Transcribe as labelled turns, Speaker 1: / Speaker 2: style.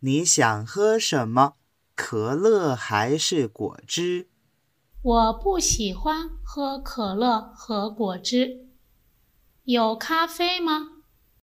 Speaker 1: 你想喝什么？可乐还是果汁？
Speaker 2: 我不喜欢喝可乐和果汁。有咖啡吗？